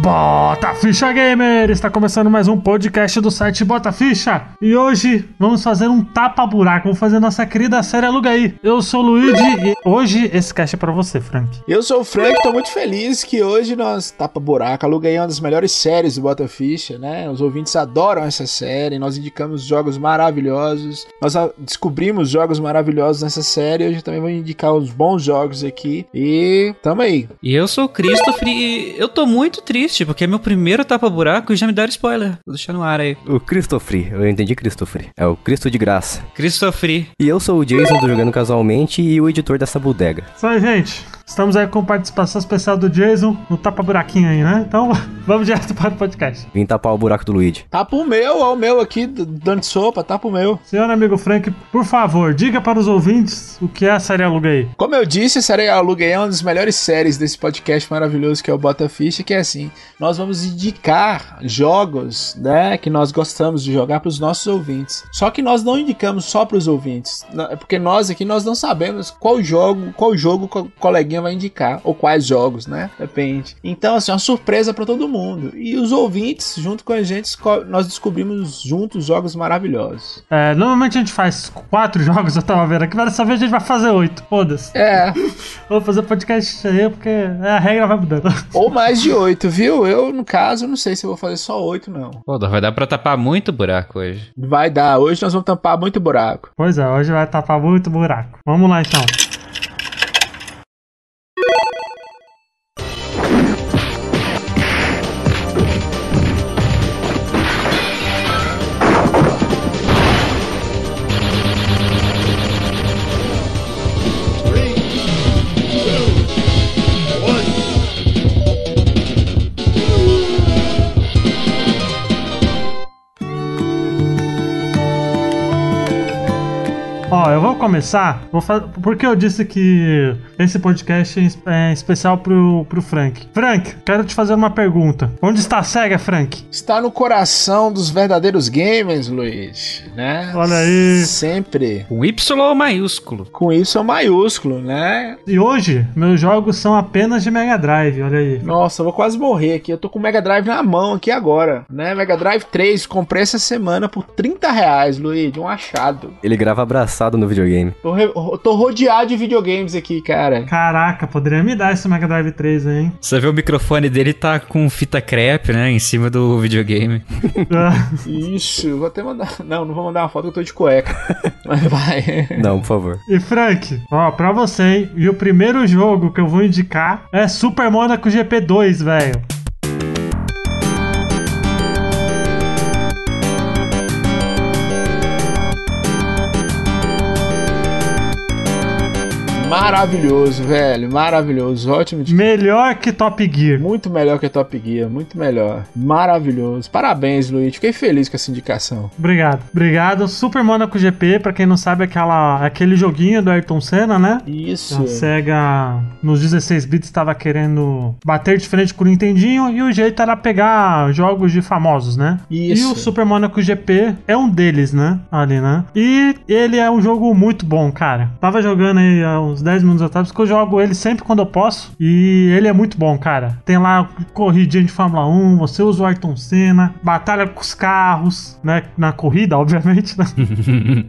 Bota Ficha Gamer! Está começando mais um podcast do site Bota Ficha. E hoje vamos fazer um tapa-buraco, vamos fazer nossa querida série Aluga aí. Eu sou o Luigi e hoje esse cast é pra você, Frank. Eu sou o Frank, tô muito feliz que hoje nós tapa buraco, aluguei uma das melhores séries do Bota Ficha, né? Os ouvintes adoram essa série, nós indicamos jogos maravilhosos, nós a- descobrimos jogos maravilhosos nessa série, hoje eu também vou indicar uns bons jogos aqui e tamo aí. E eu sou o Christopher e eu tô muito triste, porque é meu primeiro tapa-buraco e já me deram spoiler. Vou deixar no ar aí. O Christopher, eu entendi Christopher. É o Cristo de graça. Christopher. E eu sou o Jason do Jogando Casualmente e o editor dessa bodega. Isso aí, gente. Estamos aí com participação especial do Jason no tapa-buraquinho aí, né? Então vamos direto para o podcast. Vim tapar o buraco do Luigi. Tapa o Tá meu, ó o meu aqui, d- dando sopa, tapa o meu. Senhor amigo Frank, por favor, diga para os ouvintes o que é a série Aluga aí. Como eu disse, a série Aluguei é uma das melhores séries desse podcast maravilhoso que é o Bota Ficha, que é assim, nós vamos indicar jogos, né, que nós gostamos de jogar para os nossos ouvintes. Só que nós não indicamos só para os ouvintes, na- porque nós aqui nós não sabemos qual jogo, qual jogo o coleguinha vai indicar ou quais jogos, né? Depende. Então, assim, é uma surpresa para todo mundo. E os ouvintes, junto com a gente, esco- nós descobrimos juntos jogos maravilhosos. É, normalmente a gente faz quatro jogos, eu tava vendo aqui, mas dessa vez a gente vai fazer oito. Foda-se. É, Vou fazer podcast aí porque é, a regra vai mudando. ou mais de oito, viu? Eu, no caso, não sei se eu vou fazer só oito, não. Pô, vai dar pra tapar muito buraco hoje. Vai dar, hoje nós vamos tampar muito buraco. Pois é, hoje vai tapar muito buraco. Vamos lá então. Ó, eu vou começar. Vou fa- Porque eu disse que esse podcast é es- é especial pro, pro Frank. Frank, quero te fazer uma pergunta. Onde está a SEGA, Frank? Está no coração dos verdadeiros gamers, Luiz, né? Olha aí. Sempre. Com Y maiúsculo. Com isso é maiúsculo, né? E hoje, meus jogos são apenas de Mega Drive, olha aí. Nossa, eu vou quase morrer aqui. Eu tô com o Mega Drive na mão aqui agora, né? Mega Drive 3, comprei essa semana por 30 reais, Luiz, um achado. Ele grava abraçado no videogame. Tô, re- ro- tô rodeado de videogames aqui, cara. Caraca, poderia me dar esse Mega Drive 3 aí, hein? Você vê o microfone dele tá com fita crepe, né? Em cima do videogame. Ah, Isso, vou até mandar. Não, não vou mandar uma foto que eu tô de cueca. Mas vai. Não, por favor. e Frank, ó, pra você, hein? E o primeiro jogo que eu vou indicar é Super Monaco GP2, velho. Maravilhoso, velho. Maravilhoso. Ótimo de Melhor que Top Gear. Muito melhor que a Top Gear, muito melhor. Maravilhoso. Parabéns, Luiz. Fiquei feliz com essa indicação. Obrigado, obrigado. Super Monaco GP, pra quem não sabe, é aquela, aquele joguinho do Ayrton Senna, né? Isso. A SEGA nos 16 bits estava querendo bater de frente com o Nintendinho e o jeito era pegar jogos de famosos, né? Isso. E o Super Monaco GP é um deles, né? Ali, né? E ele é um jogo muito bom, cara. Tava jogando aí há uns 10 minutos atrás, porque eu jogo ele sempre quando eu posso. E ele é muito bom, cara. Tem lá corridinha de Fórmula 1, você usa o Ayrton Senna, batalha com os carros, né? Na corrida, obviamente, né?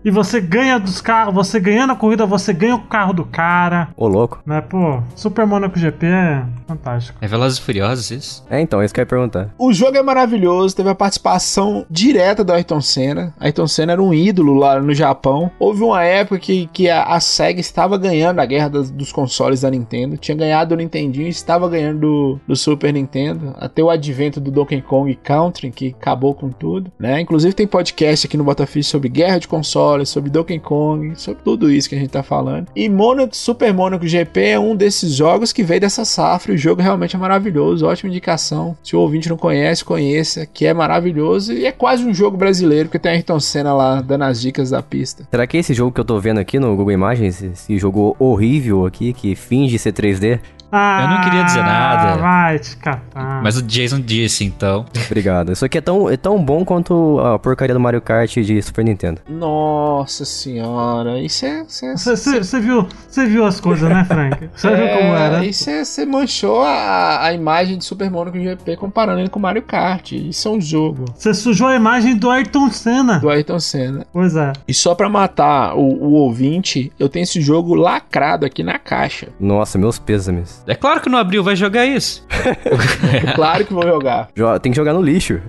e você ganha dos carros, você ganhando a corrida, você ganha o carro do cara. Ô, louco. Mas, pô, Super Monaco GP é fantástico. É Velozes e Furiosos isso? É, então, é isso que eu ia perguntar. O jogo é maravilhoso, teve a participação direta do Ayrton Senna. Ayrton Senna era um ídolo lá no Japão. Houve uma época que, que a, a SEGA estava ganhando a guerra das- dos consoles da Nintendo. Tinha ganhado o Nintendinho e estava ganhando do, do Super Nintendo. Até o advento do Donkey Kong Country, que acabou com tudo. Né? Inclusive tem podcast aqui no Botafish sobre guerra de consoles, sobre Donkey Kong, sobre tudo isso que a gente tá falando. E Monaco, Super Monaco GP é um desses jogos que veio dessa safra. e O jogo realmente é maravilhoso, ótima indicação. Se o ouvinte não conhece, conheça, que é maravilhoso e é quase um jogo brasileiro, porque tem a Ayrton Senna lá dando as dicas da pista. Será que esse jogo que eu tô vendo aqui no Google Imagens, esse jogo horrível aqui, que finge ser 3D, Ah, Eu não queria dizer nada. Vai te catar. Mas o Jason disse, então. Obrigado. Isso aqui é tão, é tão bom quanto a porcaria do Mario Kart de Super Nintendo. Nossa senhora, isso é. Isso é Você viu, cê viu as coisas, né, Frank? Você viu como era? é, isso é, você manchou a, a imagem de Super Mario GP comparando ele com Mario Kart. Isso é um jogo Você sujou a imagem do Ayrton Senna. do Ayrton Senna. Pois é. E só pra matar o, o ouvinte, eu tenho esse jogo lacrado aqui na caixa. Nossa, meus pêsames. É claro que não abriu, vai jogar isso. É Claro que vou jogar. Jo- Tem que jogar no lixo.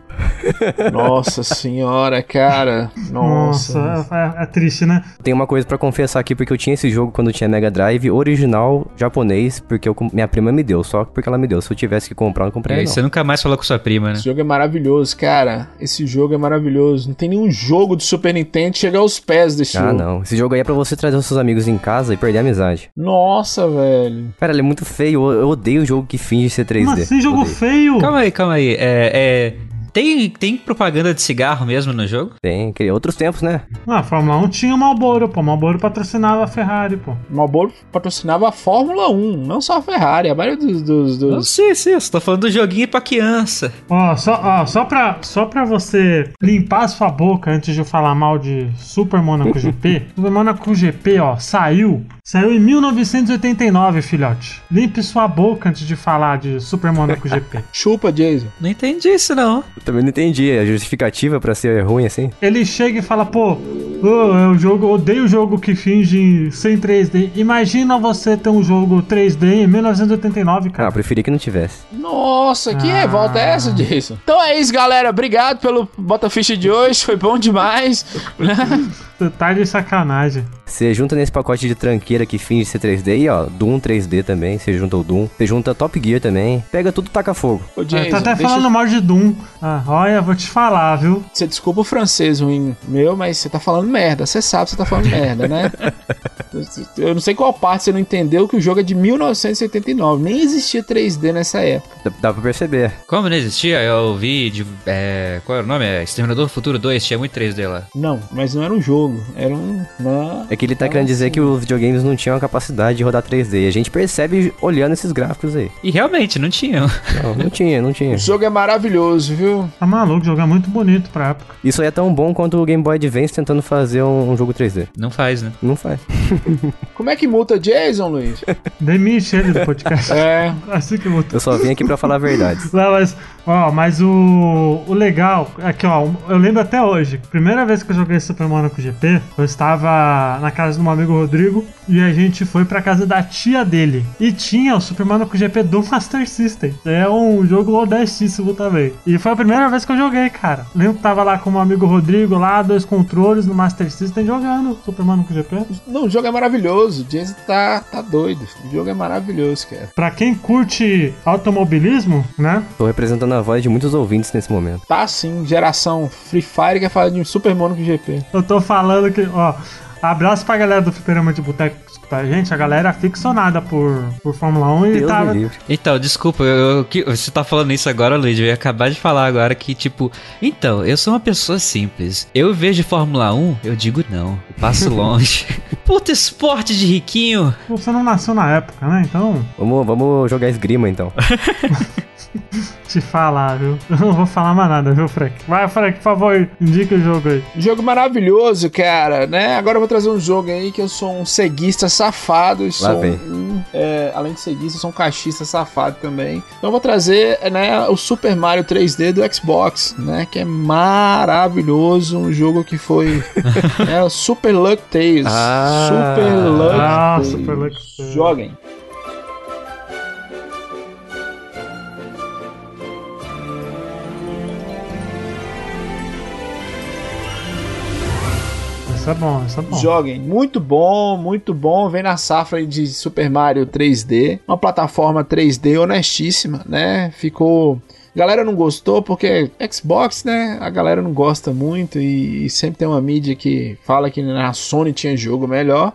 Nossa senhora, cara. Nossa. Nossa, é, é triste, né? Tem uma coisa pra confessar aqui, porque eu tinha esse jogo quando tinha Mega Drive, original japonês, porque eu com- minha prima me deu, só porque ela me deu. Se eu tivesse que comprar, eu não E compraria aí É, não. você nunca mais falou com sua prima, né? Esse jogo é maravilhoso, cara. Esse jogo é maravilhoso. Não tem nenhum jogo de Super Nintendo que chega aos pés desse Ah, jogo. não. Esse jogo aí é pra você trazer os seus amigos em casa e perder a amizade. Nossa, velho. Cara, ele é muito feio. Eu, eu odeio jogo que finge ser 3D. Como assim, jogo Odeio. feio? Calma aí, calma aí. É, é, tem, tem propaganda de cigarro mesmo no jogo? Tem, que- outros tempos, né? Ah, a Fórmula 1 tinha o Marlboro, pô. O Marlboro patrocinava a Ferrari, pô. Marlboro patrocinava a Fórmula 1, não só a Ferrari, a maioria dos. dos, dos- Não sei, sei. Você tá falando do joguinho pra criança. Ó, só, ó, só, pra, só pra você limpar a sua boca antes de eu falar mal de Super Monaco GP. Super Monaco GP, ó, saiu. Saiu em 1989, filhote. Limpe sua boca antes de falar de Super Monaco GP. Chupa, Jason. Não entendi isso, não. Eu também não entendi. A justificativa pra ser ruim assim. Ele chega e fala, pô, ô, é o jogo, odeio o jogo que finge sem 3D. Imagina você ter um jogo 3D em 1989, Ah, cara. eu preferi que não tivesse. Nossa, que revolta é essa, Jason? Então é isso, galera. Obrigado pelo Bota Ficha de hoje. Foi bom demais. Tá de sacanagem. Você junta nesse pacote de tranqueira que finge ser 3D e ó, Doom 3D também, você junta o Doom, você junta Top Gear também, pega tudo e taca fogo. Ô, Jason, tá até deixa- falando mal de Doom. Ah, olha, vou te falar, viu? Você desculpa o francês ruim meu, mas você tá falando merda. Você sabe que você tá falando merda, né? Eu não sei qual parte você não entendeu que o jogo é de 1989. Nem existia 3D nessa época. Dá, dá pra perceber. Como não existia, eu vi de. É, qual era o nome? É Exterminador do Futuro 2, tinha muito 3D lá. Não, mas não era um jogo. Era um. uma- É que ele tá Nossa. querendo dizer que os videogames não tinham a capacidade de rodar 3D. E a gente percebe olhando esses gráficos aí. E realmente, não tinha. Não, não tinha, não tinha. O jogo é maravilhoso, viu? Tá maluco, o jogo é muito bonito pra época. Isso aí é tão bom quanto o Game Boy Advance tentando fazer um, um jogo 3D. Não faz, né? Não faz. Como é que multa Jason, Luiz? Demite ele do podcast. É. Assim que voltou. Eu só vim aqui pra falar a verdade. Não, mas, ó, mas o, o legal, aqui ó, um, eu lembro até hoje, primeira vez que eu joguei Super Monaco GP, eu estava na casa de um amigo Rodrigo e a gente foi pra casa da tia dele. E tinha o Super Monaco GP do Master System. É um jogo honestíssimo também. E foi a primeira vez que eu joguei, cara. Lembro que tava lá com o meu amigo Rodrigo, lá, dois controles no Master System jogando Super Monaco GP. Não, o jogo é maravilhoso. O Jason tá, tá doido. O jogo é maravilhoso, cara. Pra quem curte automobilismo, né? Tô representando a voz de muitos ouvintes nesse momento. Tá sim, geração Free Fire quer falar de um Super Monaco GP. Eu tô falando que, ó, abraço pra galera do Fliperama de Boteco que escuta a gente. A galera é aficionada por, por Fórmula 1 e Deus tá. me livre. Então, desculpa, eu, eu- que- você tá falando isso agora, Luiz. Eu ia acabar de falar agora que, tipo, então, eu sou uma pessoa simples. Eu vejo Fórmula 1, eu digo não. Eu passo longe. Puta esporte de riquinho. tipo, Você não nasceu na época, né? Então, Vamos, vamos jogar esgrima então. te falar, viu? Eu não vou falar mais nada, viu, Frank? Vai, Frank, por favor, indica o jogo aí. um Jogo maravilhoso, cara, né? Agora eu vou trazer um jogo aí que eu sou um ceguista safado. e sou vem. um- é, além de ceguista, eu sou um caixista safado também. Então eu vou trazer né, o Super Mario 3D do Xbox, né? Que é maravilhoso. Um jogo que foi né, o Super Luck Tales. Ah. Super Luck Ah, Tales. Super Luck Tales. Joguem. Isso é bom, isso é bom. Joguem. Muito bom, muito bom. Vem na safra aí de Super Mario 3D. Uma plataforma 3D honestíssima, né? Ficou. A galera não gostou porque Xbox, né? A galera não gosta muito e sempre tem uma mídia que fala que na Sony tinha jogo melhor.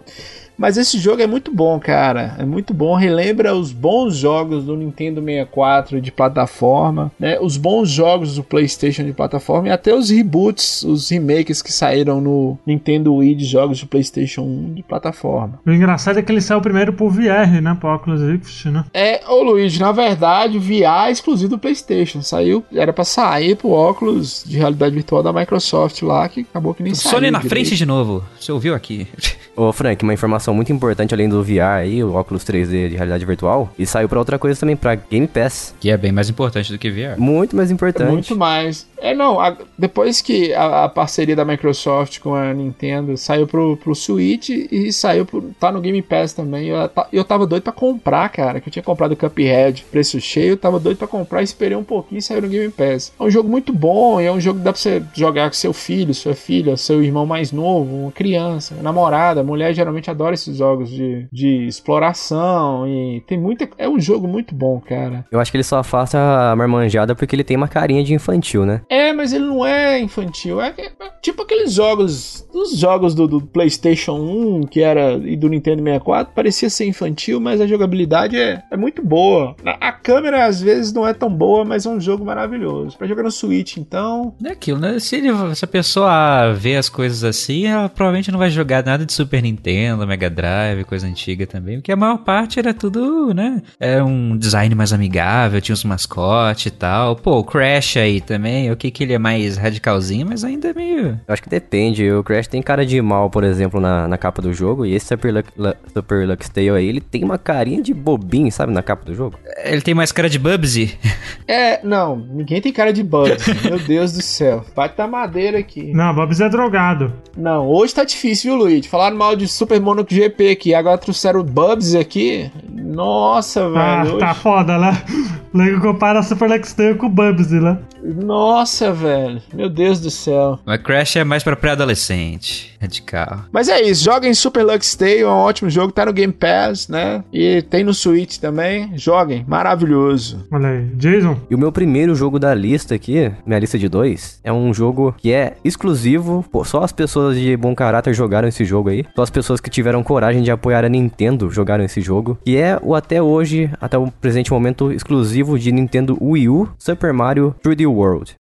Mas esse jogo é muito bom, cara. É muito bom. Relembra os bons jogos do Nintendo 64 de plataforma, né? Os bons jogos do PlayStation de plataforma e até os reboots, os remakes que saíram no Nintendo Wii de jogos do PlayStation 1 de plataforma. O engraçado é que ele saiu primeiro pro VR, né? Pro Oculus Rift, né? É, ô Luigi, na verdade, o VR é exclusivo do PlayStation. Saiu, era pra sair pro óculos de realidade virtual da Microsoft lá, que acabou que nem saiu. Sony na direito. frente de novo. Você ouviu aqui? Ô, Frank, uma informação muito importante além do VR aí, o óculos 3D de realidade virtual, e saiu pra outra coisa também, pra Game Pass. Que é bem mais importante do que VR. Muito mais importante. Muito mais. É, não, a- depois que a, a parceria da Microsoft com a Nintendo saiu pro, pro Switch e saiu pro, tá no Game Pass também. Eu, ta- eu tava doido pra comprar, cara, que eu tinha comprado o Cuphead, preço cheio, eu tava doido pra comprar, esperei um pouquinho e saiu no Game Pass. É um jogo muito bom e é um jogo que dá pra você jogar com seu filho, sua filha, seu irmão mais novo, uma criança, namorada, mulher geralmente adora esses jogos de, de exploração e tem muita... É um jogo muito bom, cara. Eu acho que ele só afasta a marmanjada porque ele tem uma carinha de infantil, né? É, mas ele não é infantil. É, é- é tipo aqueles jogos. Os jogos do, do PlayStation 1 que era, e do Nintendo 64 parecia ser infantil, mas a jogabilidade é, é muito boa. A, a câmera às vezes não é tão boa, mas é um jogo maravilhoso. Pra jogar no Switch, então. É aquilo, né? Se, ele- se a pessoa vê as coisas assim, ela provavelmente não vai jogar nada de Super Nintendo, Mega Drive, coisa antiga também, porque a maior parte era tudo, né? Era um design mais amigável, tinha os mascotes e tal. Pô, o Crash aí também, o que que ele é mais radicalzinho, mas ainda é meio... Eu acho que depende. O Crash tem cara de mal, por exemplo, na, na capa do jogo. E esse Super, Lux, Lu- Super Lux Tale aí, ele tem uma carinha de bobinho, sabe, na capa do jogo. Ele tem mais cara de Bubsy. É, não, ninguém tem cara de Bugs. Meu Deus do céu. Vai tá madeira aqui. Não, Bobs é drogado. Não, hoje tá difícil, viu, Luigi? Falaram mal de Super Monaco GP aqui, agora trouxeram o Bubsy aqui. Nossa, é Ah, velho. tá hoje- foda, né? Lego compara Super Lex Tale com o Bubsy, né? Nossa, velho. Meu Deus do céu. Mas Crash é mais pra pré-adolescente, radical. Mas é isso, joguem Super Lux Tale, é um ótimo jogo, tá no Game Pass, né? E tem no Switch também, joguem, maravilhoso. Olha aí, Jason. E o meu primeiro jogo da lista aqui, minha lista de dois, é um jogo que é exclusivo. pô, só as pessoas de bom caráter jogaram esse jogo aí. Só as pessoas que tiveram coragem de apoiar a Nintendo jogaram esse jogo. E é o até hoje, até o presente momento, exclusivo de Nintendo Wii U, Super Mario 3D World.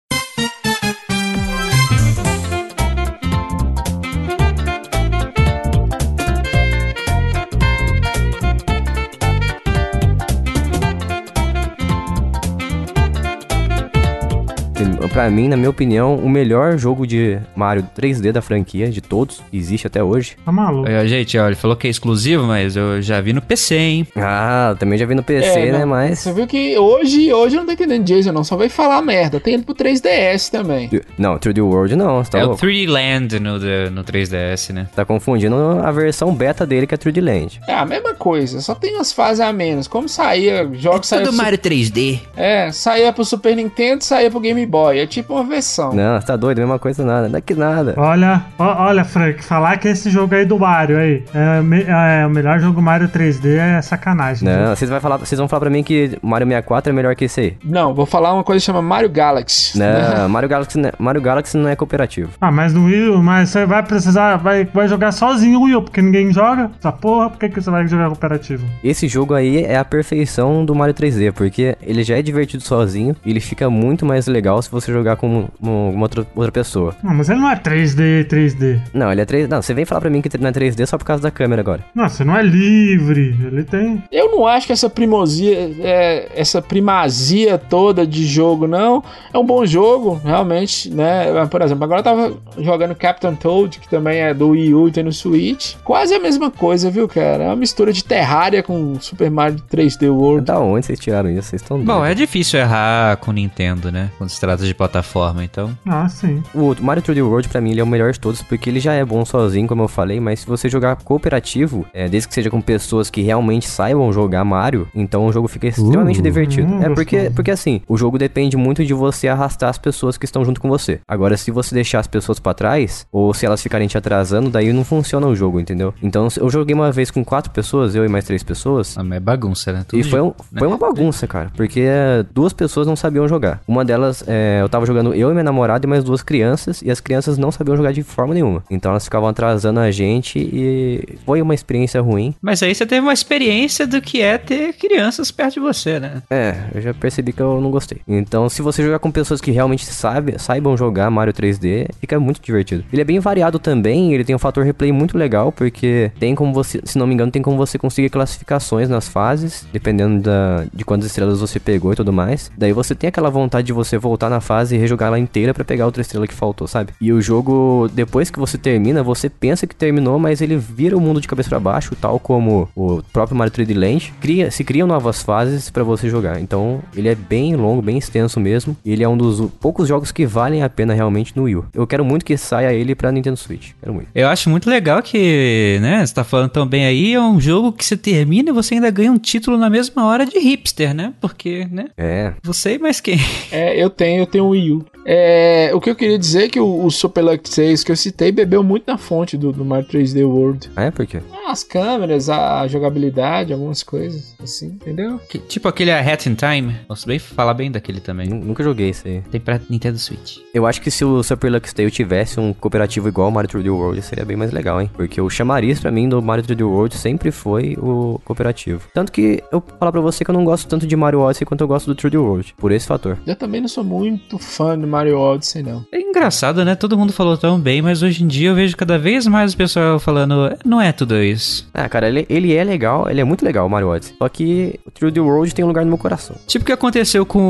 Pra mim, na minha opinião, o melhor jogo de Mario 3D da franquia, de todos, que existe até hoje. Tá maluco. Olha, Gente, olha, ele falou que é exclusivo, mas eu já vi no PC, hein? Ah, também já vi no PC, É, né? não, Mas. Você viu que hoje, hoje eu não tô entendendo Jason não, só vai falar merda. Tem ele pro 3DS também. Não, 3D World não, você tá é o louco? 3D Land no, no 3DS, né? Tá confundindo a versão beta dele que é 3D Land. É a mesma coisa, só tem umas fases a menos. Como saía, jogos saía É Tudo pro, Su- Mario 3D. é, saía pro Super Nintendo, saía pro Game Boy, é tipo uma versão. Não, você tá doido, mesma coisa nada, não é que nada. Olha, ó- olha, Frank, falar que esse jogo aí do Mario aí é, me- é o melhor jogo Mario 3D é sacanagem. viu? Não, vocês, vai falar, vocês vão falar pra mim que Mario 64 é melhor que esse aí. Não, vou falar uma coisa que chama Mario Galaxy. Não, Mario Galaxy, não é- Mario Galaxy não é cooperativo. Ah, mas no Wii, U, mas você vai precisar, vai, vai jogar sozinho o Wii, U, porque ninguém joga. Essa porra, por que, que você vai jogar cooperativo? Esse jogo aí é a perfeição do Mario 3D, porque ele já é divertido sozinho e ele fica muito mais legal se você jogar com com alguma outra, outra pessoa. Não, mas ele não é 3D, 3D. Não, ele é 3D. Não, você vem falar pra mim que não é 3D só por causa da câmera agora. Não, você não é livre. Ele tem. Eu não acho que essa primozia, é, essa primazia toda de jogo, não. É um bom jogo, realmente, né? Mas, Por exemplo, agora eu tava jogando Captain Toad, que também é do Wii U e tem no Switch. Quase a mesma coisa, viu, cara? É uma mistura de Terraria com Super Mario 3D World. Da onde vocês tiraram isso? Vocês estão Bom, é difícil errar com Nintendo, né? Quando se trata de plataforma, então. Ah, sim. O Mario 3D World, pra mim, ele é o melhor de todos, porque ele já é bom sozinho, como eu falei, mas se você jogar cooperativo, é, desde que seja com pessoas que realmente saibam jogar Mario, então o jogo fica extremamente Uh, divertido. hum, é porque, gostoso. porque assim, o jogo depende muito de você arrastar as pessoas que estão junto com você. Agora, se você deixar as pessoas pra trás, ou se elas ficarem te atrasando, daí não funciona o jogo, entendeu? Então, se- eu joguei uma vez com quatro pessoas, eu e mais três pessoas, Ah, mas É bagunça, né? Tudo e foi, um- né? eh, foi uma bagunça, cara. Porque é, duas pessoas não sabiam jogar. Uma delas, é, eu tava jogando eu e minha namorada e mais duas crianças, e as crianças não sabiam jogar de forma nenhuma. Então elas ficavam atrasando a gente e foi uma experiência ruim. Mas aí você teve uma experiência do que é ter crianças perto de você, né? É, eu já percebi que eu não gostei. Então, se você jogar com pessoas que realmente sabe, saibam jogar Mario 3D, fica muito divertido. Ele é bem variado também, ele tem um fator replay muito legal, porque tem como você, se não me engano, tem como você conseguir classificações nas fases, dependendo da, de quantas estrelas você pegou e tudo mais. Daí você tem aquela vontade de você voltar na fase e rejogar ela inteira pra pegar outra estrela que faltou, sabe? E o jogo, depois que você termina, você pensa que terminou, mas ele vira o mundo de cabeça pra baixo, tal como o próprio Mario 3D Land. Cria, se criam novas fases pra você jogar. Então, ele é bem longo, bem extenso mesmo. E ele é um dos poucos jogos que valem a pena realmente no Wii. U. Eu quero muito que saia ele pra Nintendo Switch. Quero muito. Eu acho muito legal que, né, você tá falando tão bem aí, é um jogo que você termina e você ainda ganha um título na mesma hora de hipster, né? Porque, né, É. você e mais quem? É, eu tenho, eu tenho o Wii U. É, o que eu queria dizer é que o, o Super Lux 6 que eu citei bebeu muito na fonte do, do Mario 3D World. Ah, é por quê? Ah, As câmeras, a, a jogabilidade, algumas coisas, assim, entendeu? Que- tipo aquele A Hat in Time. Posso bem falar bem daquele também. Nu- Nunca joguei isso aí. Tem pra Nintendo Switch. Eu acho que se o Super Lux Tale tivesse um cooperativo igual ao Mario 3D World, seria bem mais legal, hein? Porque o chamariz pra mim do Mario 3D World sempre foi o cooperativo. Tanto que eu vou falar pra você que eu não gosto tanto de Mario Odyssey quanto eu gosto do 3D World, por esse fator. Eu também não sou muito fã do Mario Odyssey, não. É engraçado, né? Todo mundo falou tão bem, mas hoje em dia eu vejo cada vez mais o pessoal falando, não é tudo isso. Ah, cara, ele, ele é legal, ele é muito legal, o Mario Odyssey. Só que o 3D World tem um lugar no meu coração. Tipo o que aconteceu com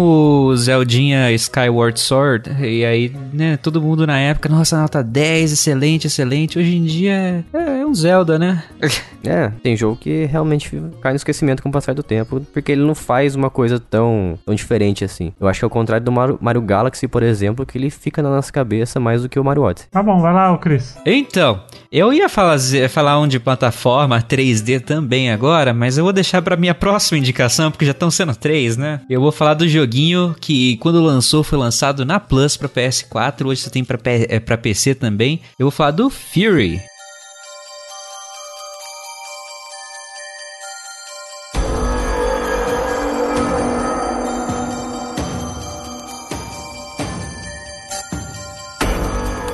o Zeldinha Skyward Sword, e aí, né, todo mundo na época, nossa, nota 10, excelente, excelente. Hoje em dia é, é um Zelda, né? É, tem jogo que realmente cai no esquecimento com o passar do tempo, porque ele não faz uma coisa tão, tão diferente assim. Eu acho que é o contrário do Mario, Mario Galaxy, por exemplo, que ele fica na nossa cabeça mais do que o Mario Odyssey. Tá bom, vai lá, ô Cris. Então, eu ia falar, falar um de plataforma 3D também agora, mas eu vou deixar pra minha próxima indicação, porque já estão sendo três, né? Eu vou falar do joguinho que quando lançou foi lançado na Plus pra PS4, hoje você tem pra, P- eh, pra PC também. Eu vou falar do Fury.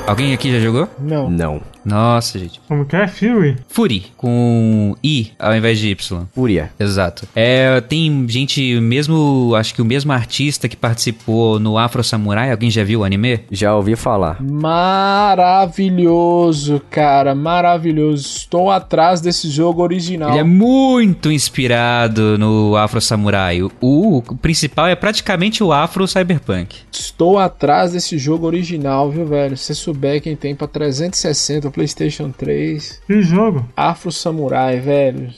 Alguém aqui já jogou? Não. Não. Nossa, gente. Como que é? Fury? Fury com I ao invés de Y. Fúria. Exato. É, tem gente, mesmo. Acho que o mesmo artista que participou no Afro Samurai, alguém já viu o anime? Já ouvi falar. Maravilhoso, cara, maravilhoso. Estou atrás desse jogo original. Ele é muito inspirado no Afro Samurai. O, o principal é praticamente o Afro Cyberpunk. Estou atrás desse jogo original, viu, velho? Se você souber quem tem pra 360, PlayStation 3, Que jogo? Afro Samurai, velho.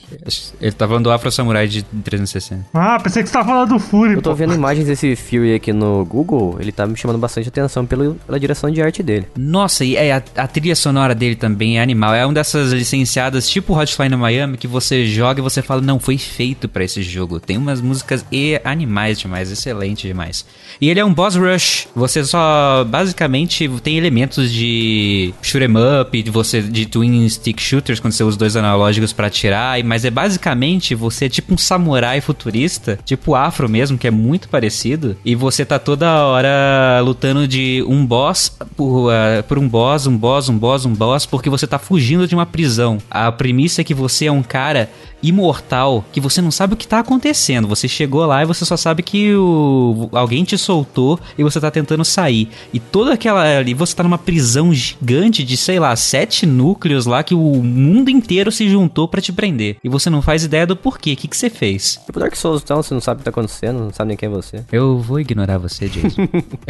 Ele tá falando do Afro Samurai de 360. Ah, pensei que você tava falando do Fury. Eu tô pô. vendo imagens desse Fury aqui no Google, ele tá me chamando bastante atenção pelo, pela direção de arte dele. Nossa, e é, a, a trilha sonora dele também é animal. É uma dessas licenciadas, tipo Hotline Miami, que você joga e você fala, não, foi feito pra esse jogo. Tem umas músicas e animais demais, excelente demais. E ele é um boss rush. Você só, basicamente, tem elementos de shoot 'em up, de você, de twin stick shooters, quando você usa dois analógicos pra atirar. e- Mas é basicamente, você é tipo um samurai futurista, tipo afro mesmo, que é muito parecido. E você tá toda hora lutando de um boss por, ah, por um boss, um boss, um boss, um boss, porque você tá fugindo de uma prisão. A premissa é que você é um cara imortal, que você não sabe o que tá acontecendo. Você chegou lá e você só sabe que o, alguém te soltou e você tá tentando sair. E toda aquela. ali você tá numa prisão gigante de, sei lá, sete núcleos lá que o mundo inteiro se juntou pra te prender. E você não faz ideia do porquê. O que, que você fez? Tipo Dark Souls, então, você não sabe o que tá acontecendo, não sabe nem quem é você. Eu vou ignorar você, Jason.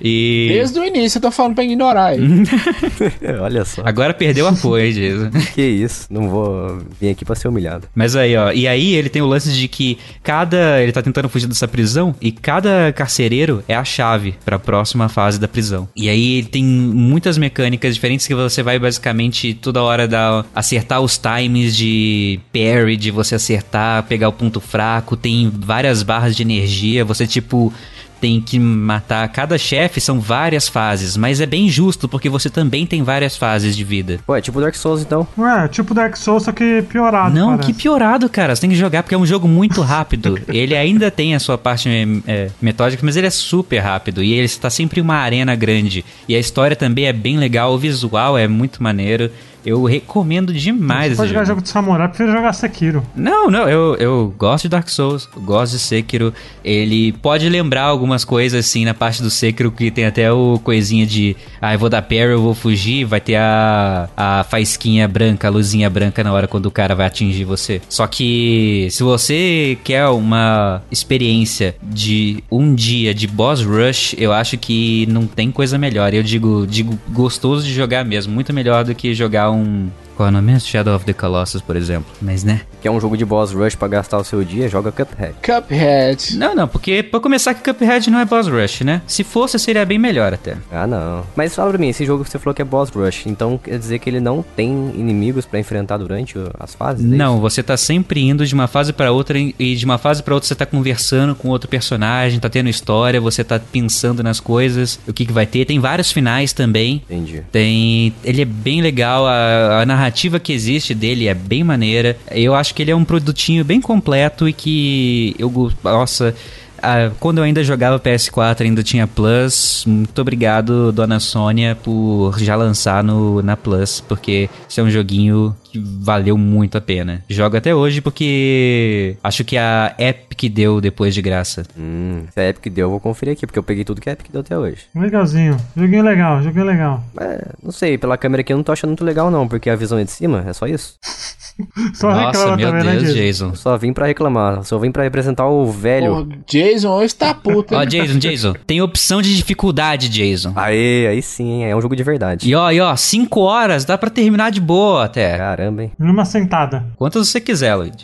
e. Desde o início eu tô falando pra ignorar Uhum. ele. Olha só. Agora perdeu o apoio, Jason. Que isso, não vou vir aqui pra ser humilhado. Mas aí, ó, e aí ele tem o lance de que cada. Ele tá tentando fugir dessa prisão e cada carcereiro é a chave pra próxima fase da prisão. E aí ele tem muitas mecânicas diferentes que você vai basicamente toda hora dar, acertar os times de parry, de você acertar, pegar o ponto fraco, tem várias barras de energia, você tipo tem que matar cada chefe, são várias fases, mas é bem justo porque você também tem várias fases de vida. Ué, tipo Dark Souls então. Ué, tipo Dark Souls, só que piorado. Não, parece. que piorado, cara. Você tem que jogar porque é um jogo muito rápido. ele ainda tem a sua parte é, metódica, mas ele é super rápido. E ele está sempre em uma arena grande. E a história também é bem legal, o visual é muito maneiro. Eu recomendo demais Você esse pode jogar jogo de samurai, prefiro jogar Sekiro. Não, não, eu, eu gosto de Dark Souls, eu gosto de Sekiro. Ele pode lembrar algumas coisas, assim, na parte do Sekiro, que tem até o coisinha de, ah, eu vou dar parry, eu vou fugir, vai ter a, a faisquinha branca, a luzinha branca na hora quando o cara vai atingir você. Só que, se você quer uma experiência de um dia de boss rush, eu acho que não tem coisa melhor. Eu digo, digo gostoso de jogar mesmo, muito melhor do que jogar um... Qual é o nome? Shadow of the Colossus, por exemplo. Mas, né? Que é um jogo de boss rush pra gastar o seu dia, joga Cuphead. Cuphead. Não, não, porque pra começar que Cuphead não é boss rush, né? Se fosse, seria bem melhor até. Ah, não. Mas fala pra mim, esse jogo que você falou que é boss rush, então quer dizer que ele não tem inimigos pra enfrentar durante o- as fases? é Não, isso? você tá sempre indo de uma fase pra outra e e de uma fase pra outra você tá conversando com outro personagem, tá tendo história, você tá pensando nas coisas, o que que vai ter. Tem vários finais também. Entendi. Tem. Ele é bem legal, a, a narrativa que existe dele é bem maneira. Eu acho que ele é um produtinho bem completo e que eu. go- Nossa. ah, quando eu ainda jogava PS4, ainda tinha Plus. Muito obrigado, dona Sônia, por já lançar no, na Plus, porque esse é um joguinho que valeu muito a pena. Jogo até hoje porque acho que a Epic deu depois de graça. Hum, se a Epic deu, eu vou conferir aqui, porque eu peguei tudo que a Epic deu até hoje. Legalzinho. Joguinho legal, joguinho legal. É, não sei, pela câmera aqui eu não tô achando muito legal não, porque a visão é de cima, é só isso. Só Nossa, reclama meu também, né, Deus, Diego? Jason. Eu só vim pra reclamar, só vim pra representar o velho. Porra, Jason hoje tá puto. Ó, hein? Jason, Jason, tem opção de dificuldade, Jason. Aê, aí sim, hein, é um jogo de verdade. E ó, e ó, 5 horas, dá pra terminar de boa até. Caramba, hein. Numa sentada. Quantas você quiser, Luigi.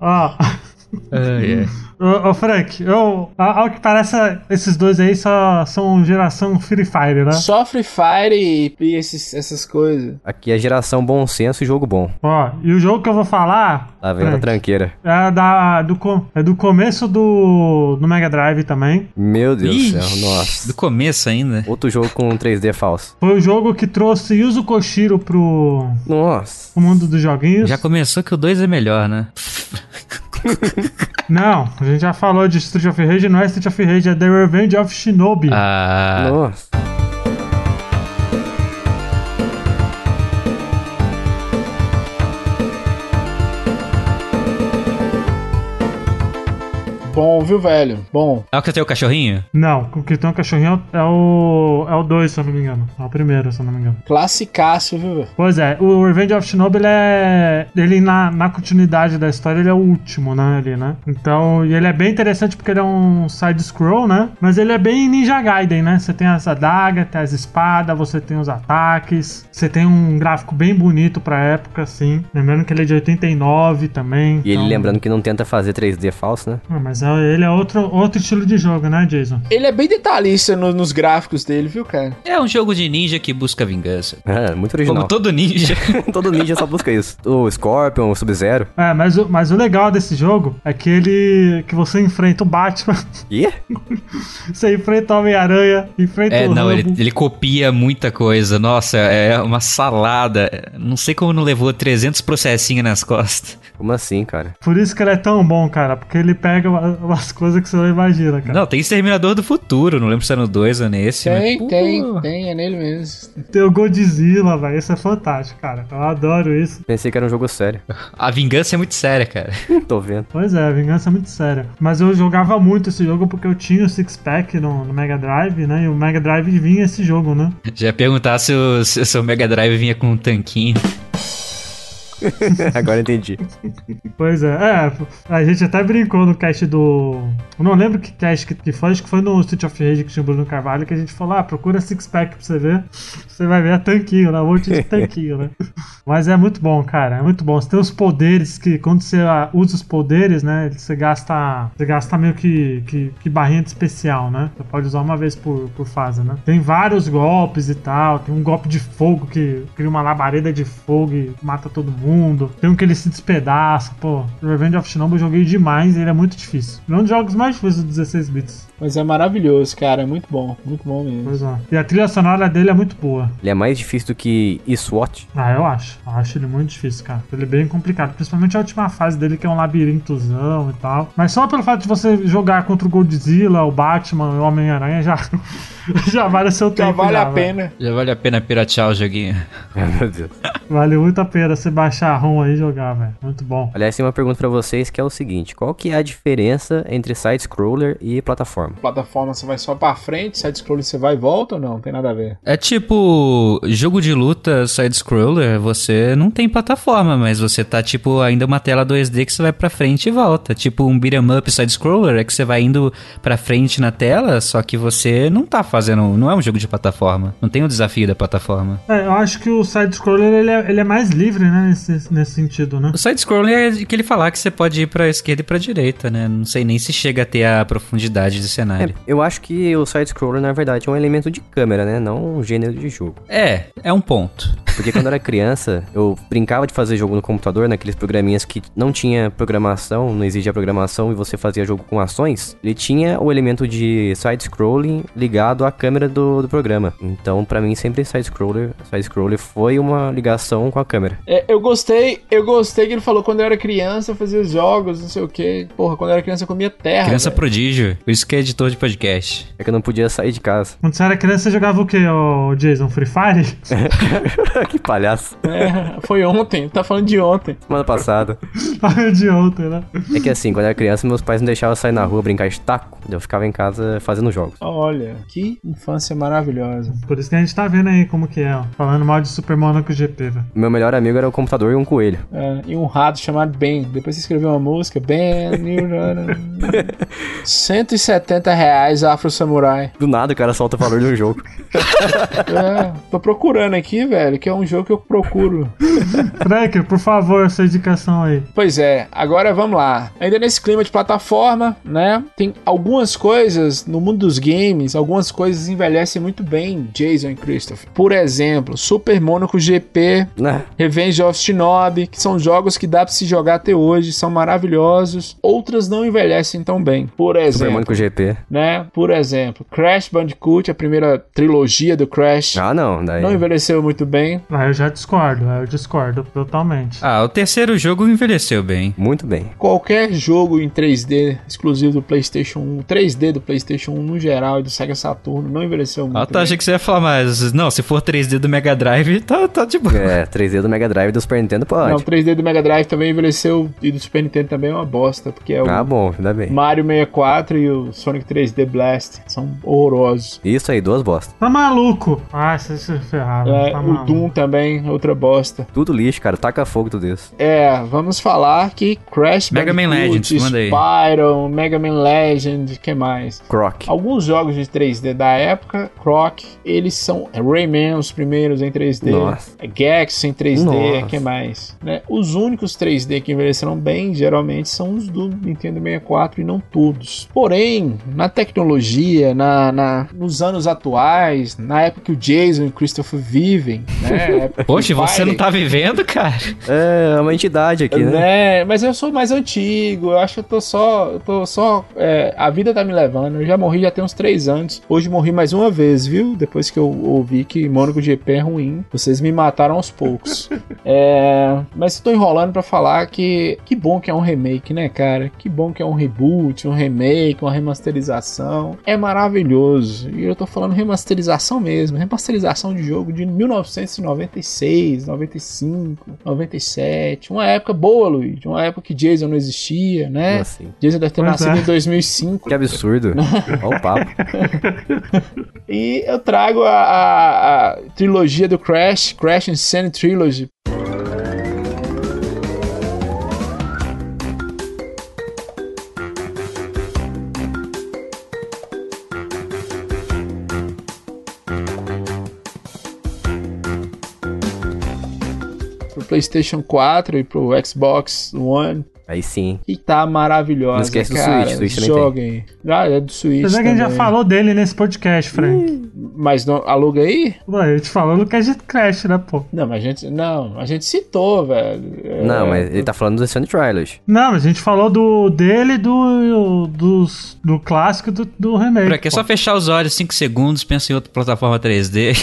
Ó. É. Ô, ô, Frank, eu, a- ao que parece, esses dois aí só são geração Free Fire, né? Só Free Fire e, e esses- essas coisas. Aqui é geração bom senso e jogo bom. Ó, e o jogo que eu vou falar. Lá Tá vem a Frank, tranqueira. é, da, do, com- é do começo do, do Mega Drive também. Meu Deus Ih, do céu, nossa. Do começo ainda. Outro jogo com 3D falso. Foi o jogo que trouxe Yuzo Koshiro pro, Nossa. pro mundo dos joguinhos. Já começou que o 2 é melhor, né? Não, a gente já falou de Street of Rage, não é Street of Rage, é The Revenge of Shinobi. Ah. Nossa. Bom, viu, velho? Bom. É o que tem o cachorrinho? Não, o que tem um cachorrinho é o. é o 2, se eu não me engano. É o primeiro, se eu não me engano. Classicaço, viu, velho? Pois é, o Revenge of Shinobi, ele é. Ele, na, na continuidade da história, ele é o último, né? Ali, né? Então, e ele é bem interessante porque ele é um side-scroll, né? Mas ele é bem Ninja Gaiden, né? Você tem as adagas, tem as espadas, você tem os ataques. Você tem um gráfico bem bonito pra época, assim. Lembrando que ele é de 89 também. E ele então- lembrando que não tenta fazer 3D falso, né? Ah, mas é- ele é outro, outro estilo de jogo, né, Jason? Ele é bem detalhista no- nos gráficos dele, viu, cara? É um jogo de ninja que busca vingança. É, muito Como original. todo ninja. Todo ninja só busca isso. O Scorpion, o Sub-Zero. É, mas, o- mas o legal desse jogo é que ele. que você enfrenta o Batman, Ih, você enfrenta o Homem-Aranha, enfrenta É, o não, Rambo. ele, ele copia muita coisa. Nossa, é uma salada. Não sei como não levou 300 processinhos nas costas. como assim, cara? Por isso que ele é tão bom, cara, porque ele pega uma- umas coisas que você não imagina, cara. Não, tem Exterminador do Futuro. Não lembro se é no 2 ou nesse. Tem, mas, tem, pô. tem, é nele mesmo. Tem o Godzilla, velho, isso é fantástico, cara. Eu adoro isso. Pensei que era um jogo sério. A vingança é muito séria, cara. Tô vendo. Pois é, a vingança é muito séria. Mas eu jogava muito esse jogo porque eu tinha o Six Pack no, no Mega Drive, né? E o Mega Drive vinha esse jogo, né? Já ia perguntar se o, se o seu Mega Drive vinha com um tanquinho. Agora entendi. Pois é, é, a gente até brincou no cast do. Eu não lembro que cast que, que foi, acho que foi no Street of Rage que tinha o Bruno Carvalho, que a gente falou: ah, procura Six Pack pra você ver. Você vai ver a tanquinho, né? Um monte de tanquinho, né? Mas é muito bom, cara, é muito bom. Você tem os poderes que, quando você ah, usa os poderes, né? Você gasta, você gasta meio que, que, que barrinha de especial, né? Você pode usar uma vez por, por fase, né? Tem vários golpes e tal. Tem um golpe de fogo que cria uma labareda de fogo e mata todo mundo mundo. Tem um que ele se despedaça, pô. Revenge of Shinobu eu joguei demais e ele é muito difícil. Ele é um dos jogos mais difíceis do 16 bits. Mas é maravilhoso, cara. É muito bom. Muito bom mesmo. Pois é. E a trilha sonora dele é muito boa. Ele é mais difícil do que SWAT. Ah, eu acho. Eu acho ele muito difícil, cara. Ele é bem complicado. Principalmente a última fase dele, que é um labirintozão e tal. Mas só pelo fato de você jogar contra o Godzilla, o Batman, o Homem-Aranha, já, já vale o seu Já tempo. Então vale a velho. pena. Já vale a pena piratear o joguinho. Meu Deus. Vale muito a pena você baixar a ROM aí e jogar, velho. Muito bom. Aliás, tem uma pergunta pra vocês que é o seguinte: qual que é a diferença entre side-scroller e plataforma? Plataforma você vai só pra frente, side-scroll você vai e volta ou não? Não tem nada a ver. É tipo jogo de luta side-scroller, você não tem plataforma, mas você tá tipo ainda uma tela 2D que você vai pra frente e volta. Tipo um beat'em up side-scroller é que você vai indo pra frente na tela, só que você não tá fazendo, não é um jogo de plataforma. Não tem o desafio da plataforma. É, eu acho que o side-scroller ele é, ele é mais livre, né? Nesse, nesse sentido, né? O side-scroller é aquele falar que você pode ir pra esquerda e pra direita, né? Não sei nem se chega a ter a profundidade do É, cenário. eu acho que o side-scroller, na verdade, é um elemento de câmera, né? Não um gênero de jogo. É, é um ponto. Porque quando eu era criança, eu brincava de fazer jogo no computador, naqueles programinhas que não tinha programação, não exigia programação e você fazia jogo com ações. Ele tinha o elemento de side-scrolling ligado à câmera do, do programa. Então, pra mim, sempre side-scroller side-scroller foi uma ligação com a câmera. É, eu gostei, eu gostei que ele falou quando eu era criança, eu fazia os jogos, não sei o quê. Porra, quando eu era criança eu comia terra. Criança velho. prodígio, por isso que é editor de podcast. É que eu não podia sair de casa. Quando você era criança, você jogava o quê, ô Jason? Free Fire? que palhaço. É, foi ontem, tá falando de ontem. Semana passada. Fire de ontem, né? É que assim, quando eu era criança, meus pais não deixavam eu sair na rua brincar de taco. Eu ficava em casa fazendo jogos. Olha, que infância maravilhosa. Por isso que a gente tá vendo aí como que é, ó. Falando mal de Super Monaco GP, velho. Meu melhor amigo era o computador e um coelho. É, e um rato chamado Ben. Depois você escreveu uma música, Ben. 170 reais Afro Samurai. Do nada o cara solta o valor de um jogo. É, tô procurando aqui, velho, que é um jogo que eu procuro. Tracker, por favor, essa indicação aí. Pois é, agora vamos lá. Ainda nesse clima de plataforma, né? Tem algumas coisas no mundo dos games, algumas coisas envelhecem muito bem, Jason e Christopher. Por exemplo, Super Monaco GP, Né? Revenge of Shinobi, que são jogos que dá pra se jogar até hoje, são maravilhosos. Outras não envelhecem tão bem. Por Super exemplo, Mônico GP. né? Por exemplo, Crash Bandicoot, a primeira trilogia do Crash, Ah, não. Daí... não envelheceu muito bem. Ah, eu já discordo, eu discordo totalmente. Ah, o terceiro jogo envelheceu bem. Muito bem. Qualquer jogo em 3D exclusivo do PlayStation 1, 3D do PlayStation 1 no geral e do Sega Saturno não envelheceu muito. Ah, tá, bem. achei que você ia falar, mas não, se for 3D do Mega Drive, tá, tá de boa. É, 3D do Mega Drive e do Super Nintendo pode. Não, o 3D do Mega Drive também envelheceu e do Super Nintendo também é uma bosta, porque é o Ah, bom, ainda bem. Mario 64 e o Sonic 3D Blast são horrorosos. Isso aí, duas bostas. Tá maluco? Ah, você se ferrava. É, tá o maluco. Doom também, outra bosta. Tudo lixo, cara. Taca fogo tudo isso. É, vamos falar que Crash Mega Man Bandicoot, Legends, manda aí. Spyro, Mega Man Legend, que mais? Croc. Alguns jogos de 3D da época, Croc, eles são é Rayman, os primeiros em 3D, Nossa. Gex em 3D, Nossa. que mais? né? Os únicos 3D que envelheceram bem, geralmente, são os do Nintendo 64 e não todos. Porém, na tecnologia, na, na- nos anos atuais, na época que o Jason e o Christopher vivem, né? a época que Poxa, o você não Fire- tá vivendo, cara? É, é uma entidade aqui, né? né? Mas eu sou mais antigo, eu acho que eu tô só. Eu tô só. é, a vida tá me levando. Eu já morri já tem uns três anos. Hoje morri mais uma vez, viu? Depois que eu ouvi que Mônaco GP é ruim. Vocês me mataram aos poucos. é, mas eu tô enrolando pra falar que. Que bom que é um remake, né, cara? Que bom que é um reboot, um remake, uma remasterização. É maravilhoso. E eu tô falando remasterização mesmo. Remasterização de jogo de 1996, 95, 97. Uma época boa, Luigi. Uma época que Jason não existia, né? Como Assim. Jason deve ter Pois nascido é. em 2005. Que absurdo. Olha o papo. E eu trago a, a- a trilogia do Crash, Crash Insane Trilogy. Pro PlayStation 4 e pro Xbox One. Aí sim. E tá maravilhosa. Não esquece do cara. Switch, Switch também tem. Joguem. Ah, é do Switch. Apesar que a gente já também. falou dele nesse podcast, Frank. Mas não, aluga aí? Ué, a gente falou no Cast Crash, né, pô? Não, mas a gente. Não, a gente citou, velho. É, Não, mas ele tá falando do Sand Trials. Não, mas a gente falou do dele, do, dos, do clássico e do, do remake. Pra quê? É pô. só fechar os olhos 5 segundos, pensa em outra plataforma 3D.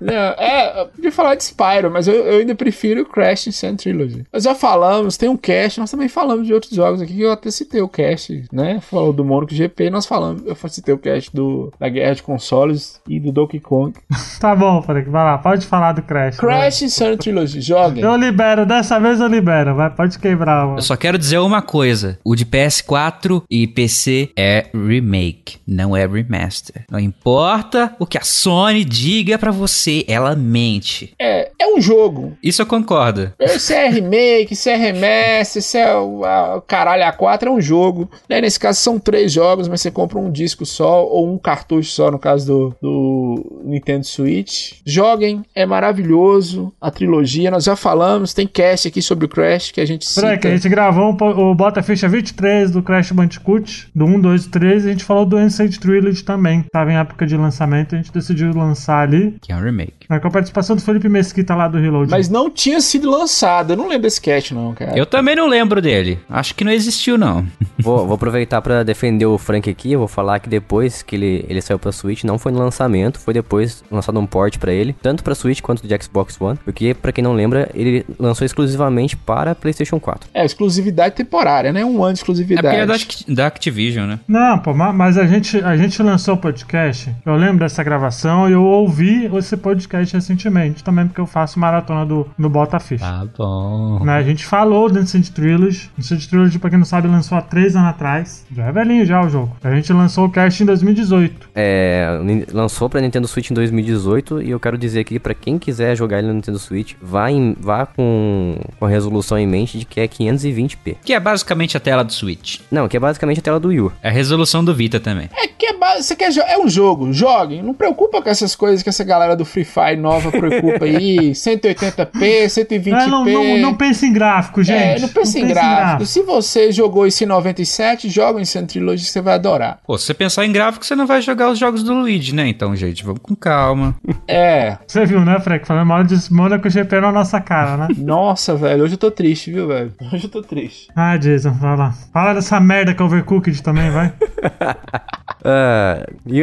Não, é, eu podia falar de Spyro, mas eu, eu ainda prefiro o Crash Sand Trilogy. Nós já falamos, tem um cast, nós também falamos de outros jogos aqui, que eu até citei o cast, né? Falou do Monaco GP, nós falamos, eu citei o cast do, da Guerra de Consoles e do Donkey Kong. Tá bom, Frank, vai lá, pode falar do Crash. Crash Sand Trilogy, joguem. vai. Eu libero, dessa vez eu libero, vai, pode quebrar. Mano. Eu só quero dizer uma coisa: o de PS4 e PC é remake, não é remaster. Não importa o que a Sony diga pra você, ela mente. É, é um jogo, Isso eu concordo. É, Se é remake, se é remessa, se é o a- o caralho A4, é um jogo. né? Nesse caso são três jogos, mas você compra um disco só ou um cartucho só, no caso do, do Nintendo Switch. Joguem, é maravilhoso. A trilogia, nós já falamos, tem cast aqui sobre o Crash que a gente cita. Frank, a gente gravou um po- o Bota Ficha 23 do Crash Bandicoot, do 1, 2 e 3, e a gente falou do Ancient Trilogy também. Tava em época de lançamento, a gente decidiu lançar ali, Que é um remake. né, com a participação do Felipe Mesquita lá do Reload. Mas não tinha sido lançado, eu não lembro desse cast não, cara. Eu também não lembro dele. Acho que não existiu, não. Vou, vou aproveitar pra defender o Frank aqui. Eu vou falar que depois que ele, ele saiu pra Switch, não foi no lançamento, foi depois lançado um port pra ele, tanto pra Switch quanto de Xbox One. Porque, pra quem não lembra, ele lançou exclusivamente para PlayStation 4. É, exclusividade temporária, né? Um ano de É porque exclusividade. é da, Act- da Activision, né? Não, pô, ma- mas a gente, a gente lançou o podcast. Eu lembro dessa gravação e eu ouvi esse podcast recentemente também, porque eu faço maratona do, do Bota Ficha. Ah, Tá bom. Né, a gente falou do Ancient Trilogy. Ancient Trilogy, pra quem não sabe, lançou há três anos atrás. Já é velhinho já o jogo. A gente lançou o cast em 2018. É, nin- lançou pra Nintendo Switch em 2018 e eu quero dizer aqui pra quem quiser jogar ele no Nintendo Switch, vá, em- vá com, com a resolução em mente de que é 520p. Que é basicamente a tela do Switch. Não, que é basicamente a tela do Wii U. É a resolução do Vita também. É que é, ba- você quer jo- é um jogo, joguem. Não preocupa com essas coisas que essa galera do Free Fire nova preocupa aí. 180p, 120p. Ah, não, não, não pense em gráfico, gente. É, não pensa É, em gráfico. Se você jogou esse em 97, joga em Sand Trilogy que você vai adorar. Pô, se você pensar em gráfico, você não vai jogar os jogos do Luigi, né? Então, gente, vamos com calma. É. Você viu, né, Frank? Falando mal de Monaco GP na nossa cara, né? Nossa, velho, hoje eu tô triste, viu, velho? Hoje eu tô triste. ah, Jason, vai lá. Fala dessa merda que é Overcooked também, vai. Ah, e...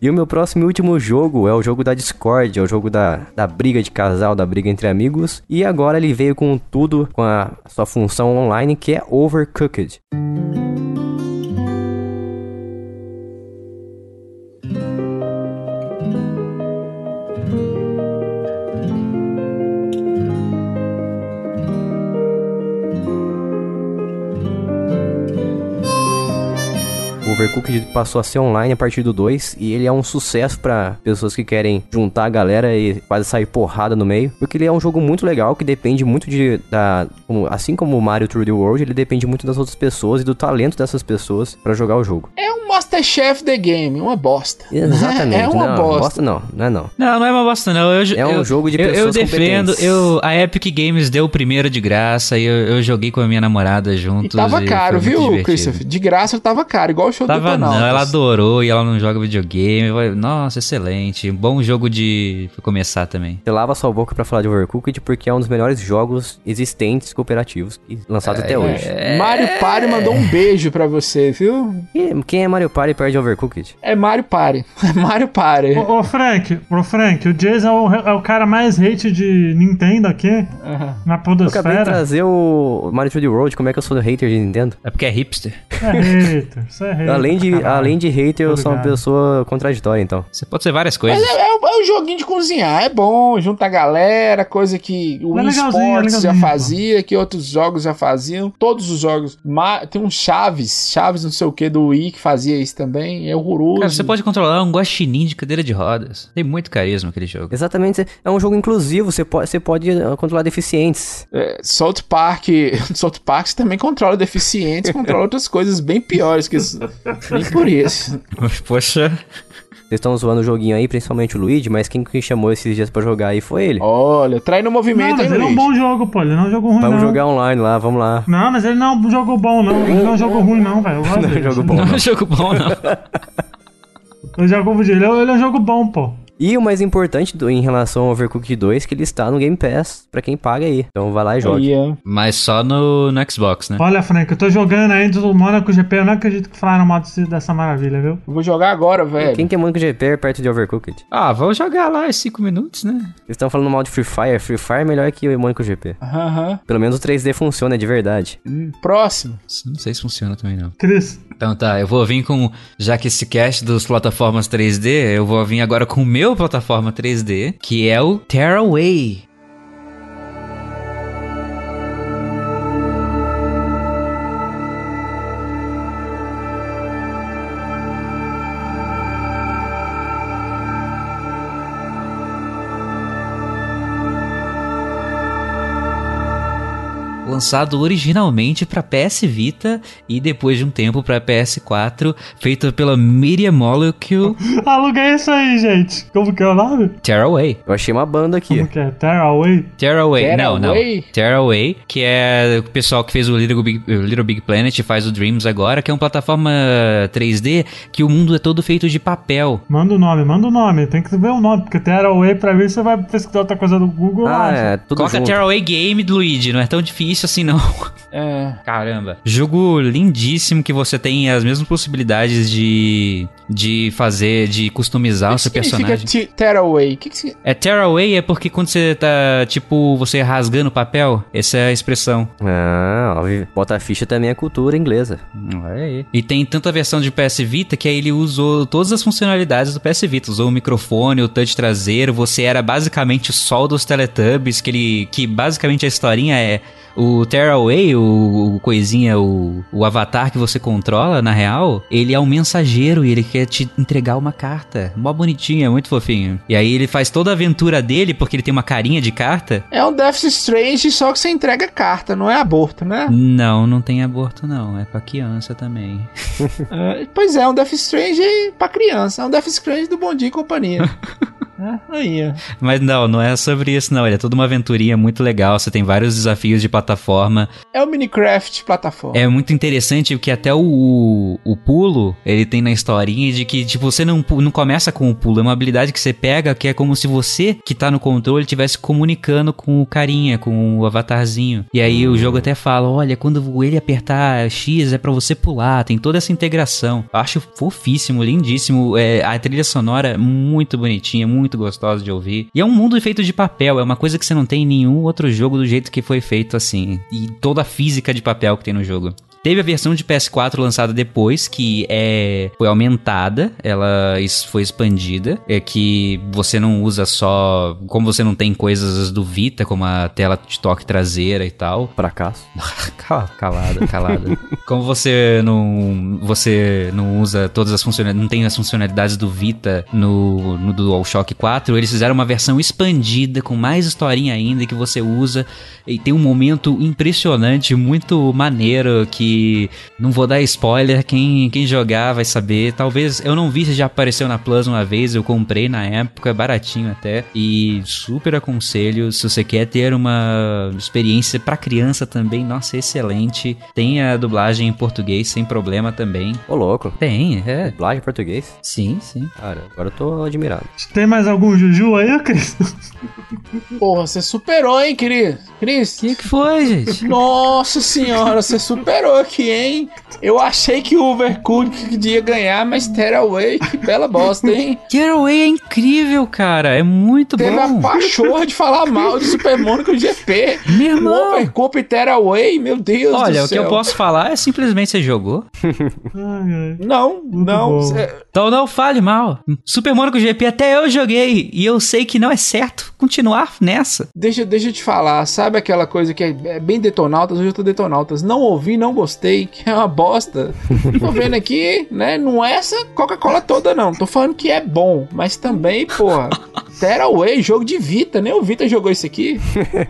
e o meu próximo e último jogo é o jogo da Discord, é o jogo da, da briga de casal, da briga entre amigos. E agora ele veio com tudo, com a sua função online, que é Overcooked. O Overcooked passou a ser online a partir do 2 e ele é um sucesso pra pessoas que querem juntar a galera e quase sair porrada no meio, porque ele é um jogo muito legal que depende muito de da como- assim como o Mario 3D World, ele depende muito das outras pessoas e do talento dessas pessoas pra jogar o jogo. É um Masterchef The Game, uma bosta. Exatamente. É uma não, bosta. não, não é não. Não, não é uma bosta, não. Eu jo- É um eu- jogo de eu- Eu pessoas defendo, competentes. eu, a Epic Games deu o primeiro de graça e eu, eu joguei com a minha namorada junto. E tava caro, viu, Christopher? De graça tava caro, igual o show Tava do não, ela Detonautas. adorou e ela não joga videogame. Eu falei, Nossa, excelente. Bom jogo de pra começar também. Você lava sua boca pra falar de Overcooked porque é um dos melhores jogos existentes cooperativos e lançados É, até hoje. Mario Party mandou um beijo pra você, viu? E quem é Mario Party perde Overcooked? É Mario Party. É Mario Party. Ô, ô, Frank, ô Frank, o Jason é o, é o cara mais hate de Nintendo aqui Aham. na Eu acabei de podosfera. trazer o Mario 3D World, como é que eu sou hater de Nintendo? É porque é hipster. Isso é hater, isso é hater. Além de, caralho. além de hater, eu sou uma Obrigado. pessoa contraditória, então. Você pode ser várias Mas coisas. é, é, um- é um joguinho de cozinhar, é bom, junta a galera, coisa que o É Wii legalzinho, é Sports já legalzinho, fazia, que outros jogos já faziam, todos os jogos. Ma- tem um Chaves, Chaves não sei o que do Wii que fazia isso também, é horroroso. Cara, você pode controlar um guaxinim de cadeira de rodas. Tem muito carisma aquele jogo. Exatamente, é um jogo inclusivo, você pode, você pode eh, controlar deficientes. É, South Park, South Park você também controla deficientes, controla outras coisas bem piores que isso. Nem por isso. Poxa, Vocês estão zoando o joguinho aí, principalmente o Luigi, mas quem que chamou esses dias pra jogar aí foi ele. Olha, trai no movimento, Não, mas hein, ele é um Luigi? bom jogo, pô. Ele não é um jogo ruim, Vamos não. jogar online lá, vamos lá. Não, mas ele não é um jogo bom, não. Ele não é um jogo ruim, não, velho. Eu gosto Não é dele. jogo bom. Não é um jogo bom, não. Eu já confundi. Ele é ele é um jogo bom, pô. E o mais importante do- em relação ao Overcooked 2, que ele está no Game Pass, pra quem paga aí. Então vai lá e joga. Aí, é. Mas só no, no Xbox, né? Olha, Frank, eu tô jogando ainda do Monaco GP. Eu não acredito que falaram mal desse- dessa maravilha, viu? Eu Vou jogar agora, velho. Quem que é Manco GP perto de Overcooked? Ah, vamos jogar lá os 5 minutos, né? Eles estão falando mal de Free Fire. Free Fire é melhor que o Manco GP. Aham. Pelo menos o 3D funciona é de verdade. Hum, Próximo. Isso Não sei se funciona também, não. Cris, Então tá, eu vou vir com. Já que esse cast dos plataformas 3D, eu vou vir agora com o meu plataforma 3D, que é o Tearaway. Lançado originalmente para PS Vita e depois de um tempo para PS4, feito pela Media Molecule aluga isso aí, gente. Como que é o nome? Tearaway. Eu achei uma banda aqui. Como que é? Tearaway? Tearaway, não, não. Tearaway? Tearaway, que é o pessoal que fez o Little Big, o Little Big Planet, faz o Dreams agora, que é uma plataforma 3D que o mundo é todo feito de papel. Manda o nome, manda o nome. Tem que ver o nome, porque Tearaway, pra mim, você vai pesquisar outra coisa no Google. Ah, acha. é, tudo Coloca junto. Tearaway Game, Luigi, não é tão difícil assim não. É. Caramba. Jogo lindíssimo que você tem as mesmas possibilidades de, de fazer, de customizar o seu Significa personagem. te- Tearaway. O que que significa? É Tearaway é porque quando você tá, tipo, você rasgando papel, essa é a expressão. Ah, ó, vi- bota a ficha também é cultura inglesa. Olha aí. E tem tanta versão de PS Vita que aí ele usou todas as funcionalidades do PS Vita. Usou o microfone, o touch traseiro, você era basicamente o sol dos Teletubbies, que ele. que basicamente a historinha é. O Tearaway, o, o coisinha, o, o avatar que você controla, na real, ele é um mensageiro e ele quer te entregar uma carta. Mó bonitinha, muito fofinho. E aí ele faz toda a aventura dele, porque ele tem uma carinha de carta, É um Death Strange, só que você entrega carta, não é aborto, né? Não, não tem aborto, não. É pra criança também. É, pois é, é um Death Strange pra criança. É um Death Strange do Bom Dia e Companhia. é, aí, ó. Mas não, não é sobre isso, não. Ele é toda uma aventurinha muito legal. Você tem vários desafios de plataforma. É o Minecraft plataforma. É muito interessante que até o, o, o pulo, ele tem na historinha de que, tipo, você não, pu- não começa com o pulo. É uma habilidade que você pega que é como se você, que tá no controle, estivesse comunicando com o carinha, com o avatarzinho. E aí o jogo até fala, olha, quando ele apertar X é pra você pular. Tem toda essa integração. Eu acho fofíssimo, lindíssimo. É, a trilha sonora é muito bonitinha, muito gostosa de ouvir. E é um mundo feito de papel. É uma coisa que você não tem em nenhum outro jogo do jeito que foi feito assim. E toda a física de papel que tem no jogo. Teve a versão de PS4 lançada depois, que é foi aumentada, ela es- foi expandida, é que você não usa só, como você não tem coisas do Vita, como a tela de toque traseira e tal, Fracasso. Cala- Calada, calada. Como você não você não usa todas as funcionalidades, não tem as funcionalidades do Vita no, no DualShock 4, eles fizeram uma versão expandida com mais historinha ainda que você usa e tem um momento impressionante, muito maneiro que não vou dar spoiler, quem quem jogar vai saber. Talvez eu não vi se já apareceu na Plus uma vez, eu comprei na época, é baratinho até e super aconselho se você quer ter uma experiência pra criança também, nossa, excelente. Tem a dublagem em português sem problema também. Ô, louco. Tem, é. Dublagem em português? Sim, sim. Cara, agora eu tô admirado. Tem mais algum Juju aí, Cris? Porra, você superou, hein, Cris? Cris? O É. que, que foi, gente? Nossa senhora, você superou aqui, hein? Eu achei que o Overcooked ia ganhar, mas Tearaway, que bela bosta, hein? Getaway é incrível, cara. É muito Teve a bom. pachorra de falar mal de Super Mônaco GP. Meu O irmão. Overcooked e Tearaway, meu Deus do céu. Olha, o que eu posso falar é simplesmente você jogou. Ai, ai. Não, não. é, bom. cê- Então não fale mal. Super Monaco GP até eu joguei e eu sei que não é certo continuar nessa. Deixa, deixa eu te falar, sabe aquela coisa que é, é bem detonautas? Hoje eu tô detonautas. Não ouvi, não gostei, que é uma bosta. tô vendo aqui, né? Não é essa Coca-Cola toda, não. Tô falando que é bom, mas também, porra. Tearaway, jogo de Vita, nem o Vita jogou isso aqui.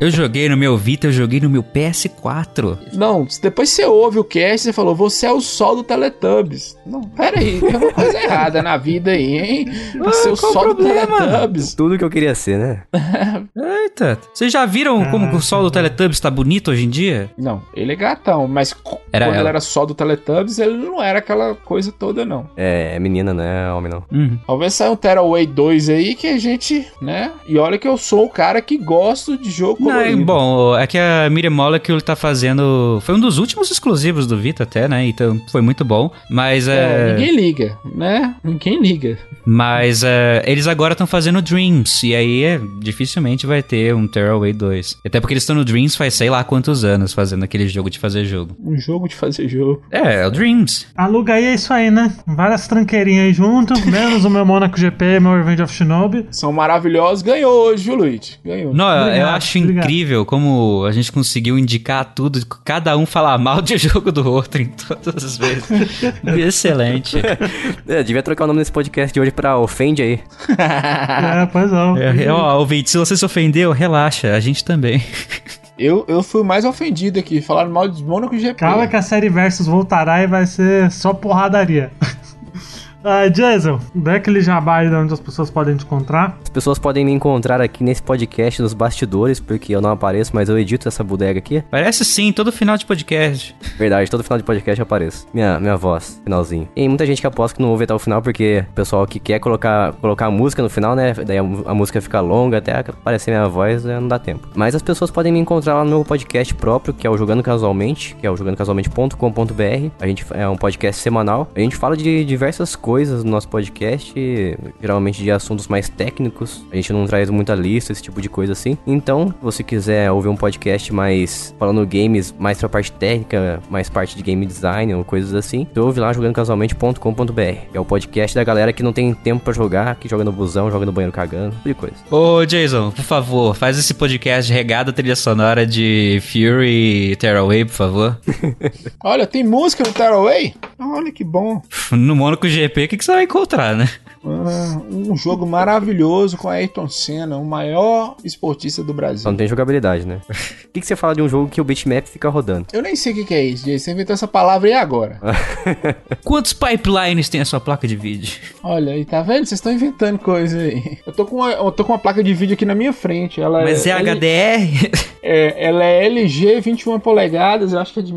Eu joguei no meu Vita, eu joguei no meu PS4. Não, depois você ouve o cast e você falou, você é o sol do Teletubbies. Não, peraí, tem uma coisa errada na vida aí, hein? Você é o Ah, qual o sol do problema? Teletubbies. Tudo que eu queria ser, né? Eita. Vocês já viram Ah, como o sol é. do Teletubbies tá bonito hoje em dia? Não, ele é gatão, mas c- Era quando ele ela. era sol do Teletubbies, ele não era aquela coisa toda, não. É, é menina, não é homem, não. Uhum. Talvez saia um Tearaway 2 aí que a gente, né? E olha que eu sou o cara que gosto de jogo Não, é, colorido. bom, é que a Miriam Molecule tá fazendo. Foi um dos últimos exclusivos do Vita, até, né? Então foi muito bom. Mas É, é. Ninguém liga, né? Ninguém liga. Mas é, eles agora estão fazendo Dreams. E aí é, dificilmente vai ter um Tearaway 2. Até porque eles estão no Dreams faz sei lá quantos anos fazendo aquele jogo de fazer jogo. Um jogo de fazer jogo. É, é o Dreams. Aluga aí, é isso aí, né? Várias tranqueirinhas aí junto, menos o meu Monaco GP e meu Revenge of Shinobi. São maravilhosos. Ganhou hoje, viu, Luigi? Ganhou. Não, eu- eu Obrigado, acho obrigado. incrível como a gente conseguiu indicar tudo, cada um falar mal de jogo do outro em todas as vezes. Excelente. É, devia trocar o nome desse podcast de hoje pra Ofende aí. É, pois não. É, ó, ouvinte, se você se ofendeu, relaxa, a gente também. eu, eu fui o mais ofendido aqui. Falaram mal de Mônaco GP. Calma que a série Versus voltará e vai ser só porradaria. Ah, Jason, dá aquele jabá aí de onde as pessoas podem te encontrar. As pessoas podem me encontrar aqui nesse podcast nos bastidores, porque eu não apareço, mas eu edito essa bodega aqui. Parece sim, todo final de podcast. Verdade, todo final de podcast eu apareço. Minha, minha voz, finalzinho. E muita gente que aposta que não ouve até o final, porque o pessoal que quer colocar, colocar a música no final, né? Daí a, mu- a música fica longa, até aparecer minha voz, né, não dá tempo. Mas as pessoas podem me encontrar lá no meu podcast próprio, que é o Jogando Casualmente, que é o jogandocasualmente.com.br. A gente é um podcast semanal. A gente fala de diversas coisas no nosso podcast, geralmente de assuntos mais técnicos. A gente não traz muita lista, esse tipo de coisa assim. Então, se você quiser ouvir um podcast mais falando games, mais pra parte técnica, mais parte de game design ou coisas assim, você ouve lá jogando casualmente.com.br. É o podcast da galera que não tem tempo pra jogar, que joga no busão, joga no banheiro cagando, tudo de coisa. Ô, Jason, por favor, faz esse podcast regado a trilha sonora de Fury e Tearaway, por favor. Olha, tem música no Tearaway? Olha que bom. No Monaco GP, o que, que você vai encontrar, né? Ah, um jogo maravilhoso com Ayrton Senna, o maior esportista do Só Brasil. não tem jogabilidade, né? O que, que você fala de um jogo que o bitmap fica rodando? Eu nem sei o que, que é isso, Jay. Você inventou essa palavra aí agora. Quantos pipelines tem a sua placa de vídeo? Olha aí, tá vendo? Vocês estão inventando coisa aí. Eu tô, com uma, eu tô com uma placa de vídeo aqui na minha frente. Ela Mas é ela- HDR? É, ela é LG 21 polegadas, eu acho que é de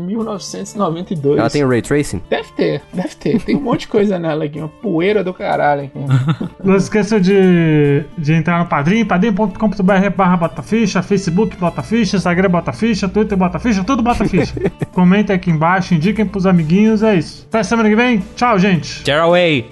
1992. Ela tem ray tracing? Deve ter, deve ter. Tem um monte de coisa nela aqui, uma poeira do caralho aqui. Não esqueça de, de entrar no Padrim, padrim.com.br barra Botaficha, Facebook Botaficha, Instagram Botaficha, Twitter Botaficha, tudo Botaficha. Comentem aqui embaixo, indiquem pros amiguinhos, é isso. Até semana que vem, tchau, gente. Tearaway.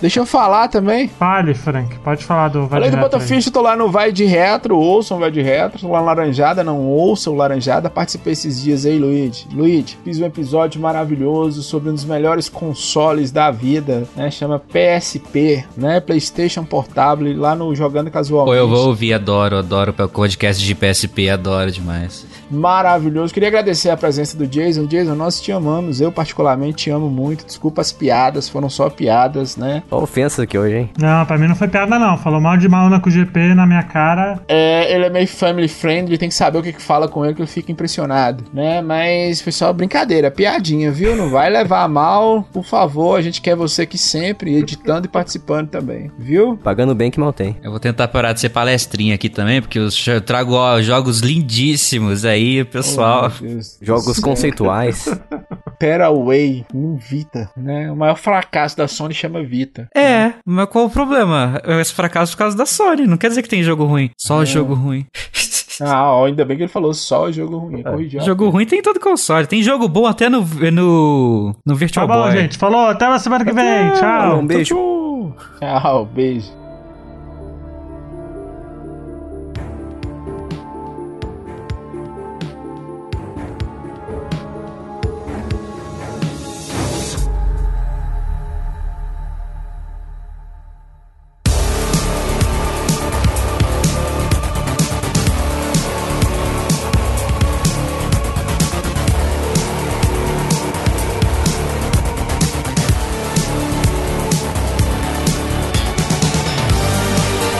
Deixa eu falar também. Fale, Frank, pode falar do... Vai Além do direto aí. Botafish, eu tô lá no Vai de Retro, ouçam o Vai de Retro, tô lá no Laranjada, não ouçam o Laranjada, participei esses dias aí, Luigi. Luigi, fiz um episódio maravilhoso sobre um dos melhores consoles da vida, né, chama PSP, né, Playstation Portable, lá no Jogando Pô, Casualmente. eu vou ouvir, adoro, adoro o podcast de PSP, adoro demais. maravilhoso. Queria agradecer a presença do Jason. Jason, nós te amamos. Eu, particularmente, te amo muito. Desculpa as piadas, foram só piadas, né? Ó, ofensa aqui hoje, hein? Não, pra mim não foi piada não, falou mal de Mauna com o GP na minha cara. É, ele é meio family friendly, tem que saber o que, que fala com ele que eu fico impressionado, né? Mas foi só brincadeira, piadinha, viu? Não vai levar a mal, por favor. A gente quer você aqui sempre, editando e participando também, viu? Pagando bem que mal tem. Eu vou tentar parar de ser palestrinha aqui também, porque eu cho- trago ó, jogos lindíssimos aí, pessoal. Oh, meu Deus. Jogos conceituais. Tearaway, um Vita, né? O maior fracasso da Sony chama Vita. É, mas qual o problema? É Esse fracasso por causa da Sony, não quer dizer que tem jogo ruim. Só jogo ruim. Ah, ó, ainda bem que ele falou só jogo ruim. corrigiu a É. jogo ruim tem em todo console. Tem jogo bom até no, no, Tá no Virtual bom, Boy. gente, falou, até a semana que vem, tchau. um beijo. Tchau, Ah, beijo. Thank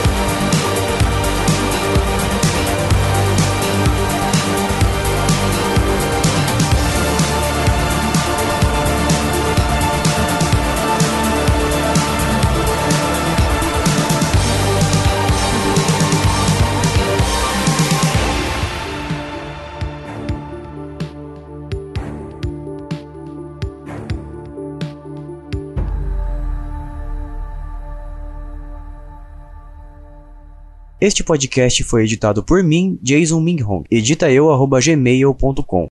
Este podcast foi editado por mim, Jason Minghong. Edita eu, arroba gmail.com.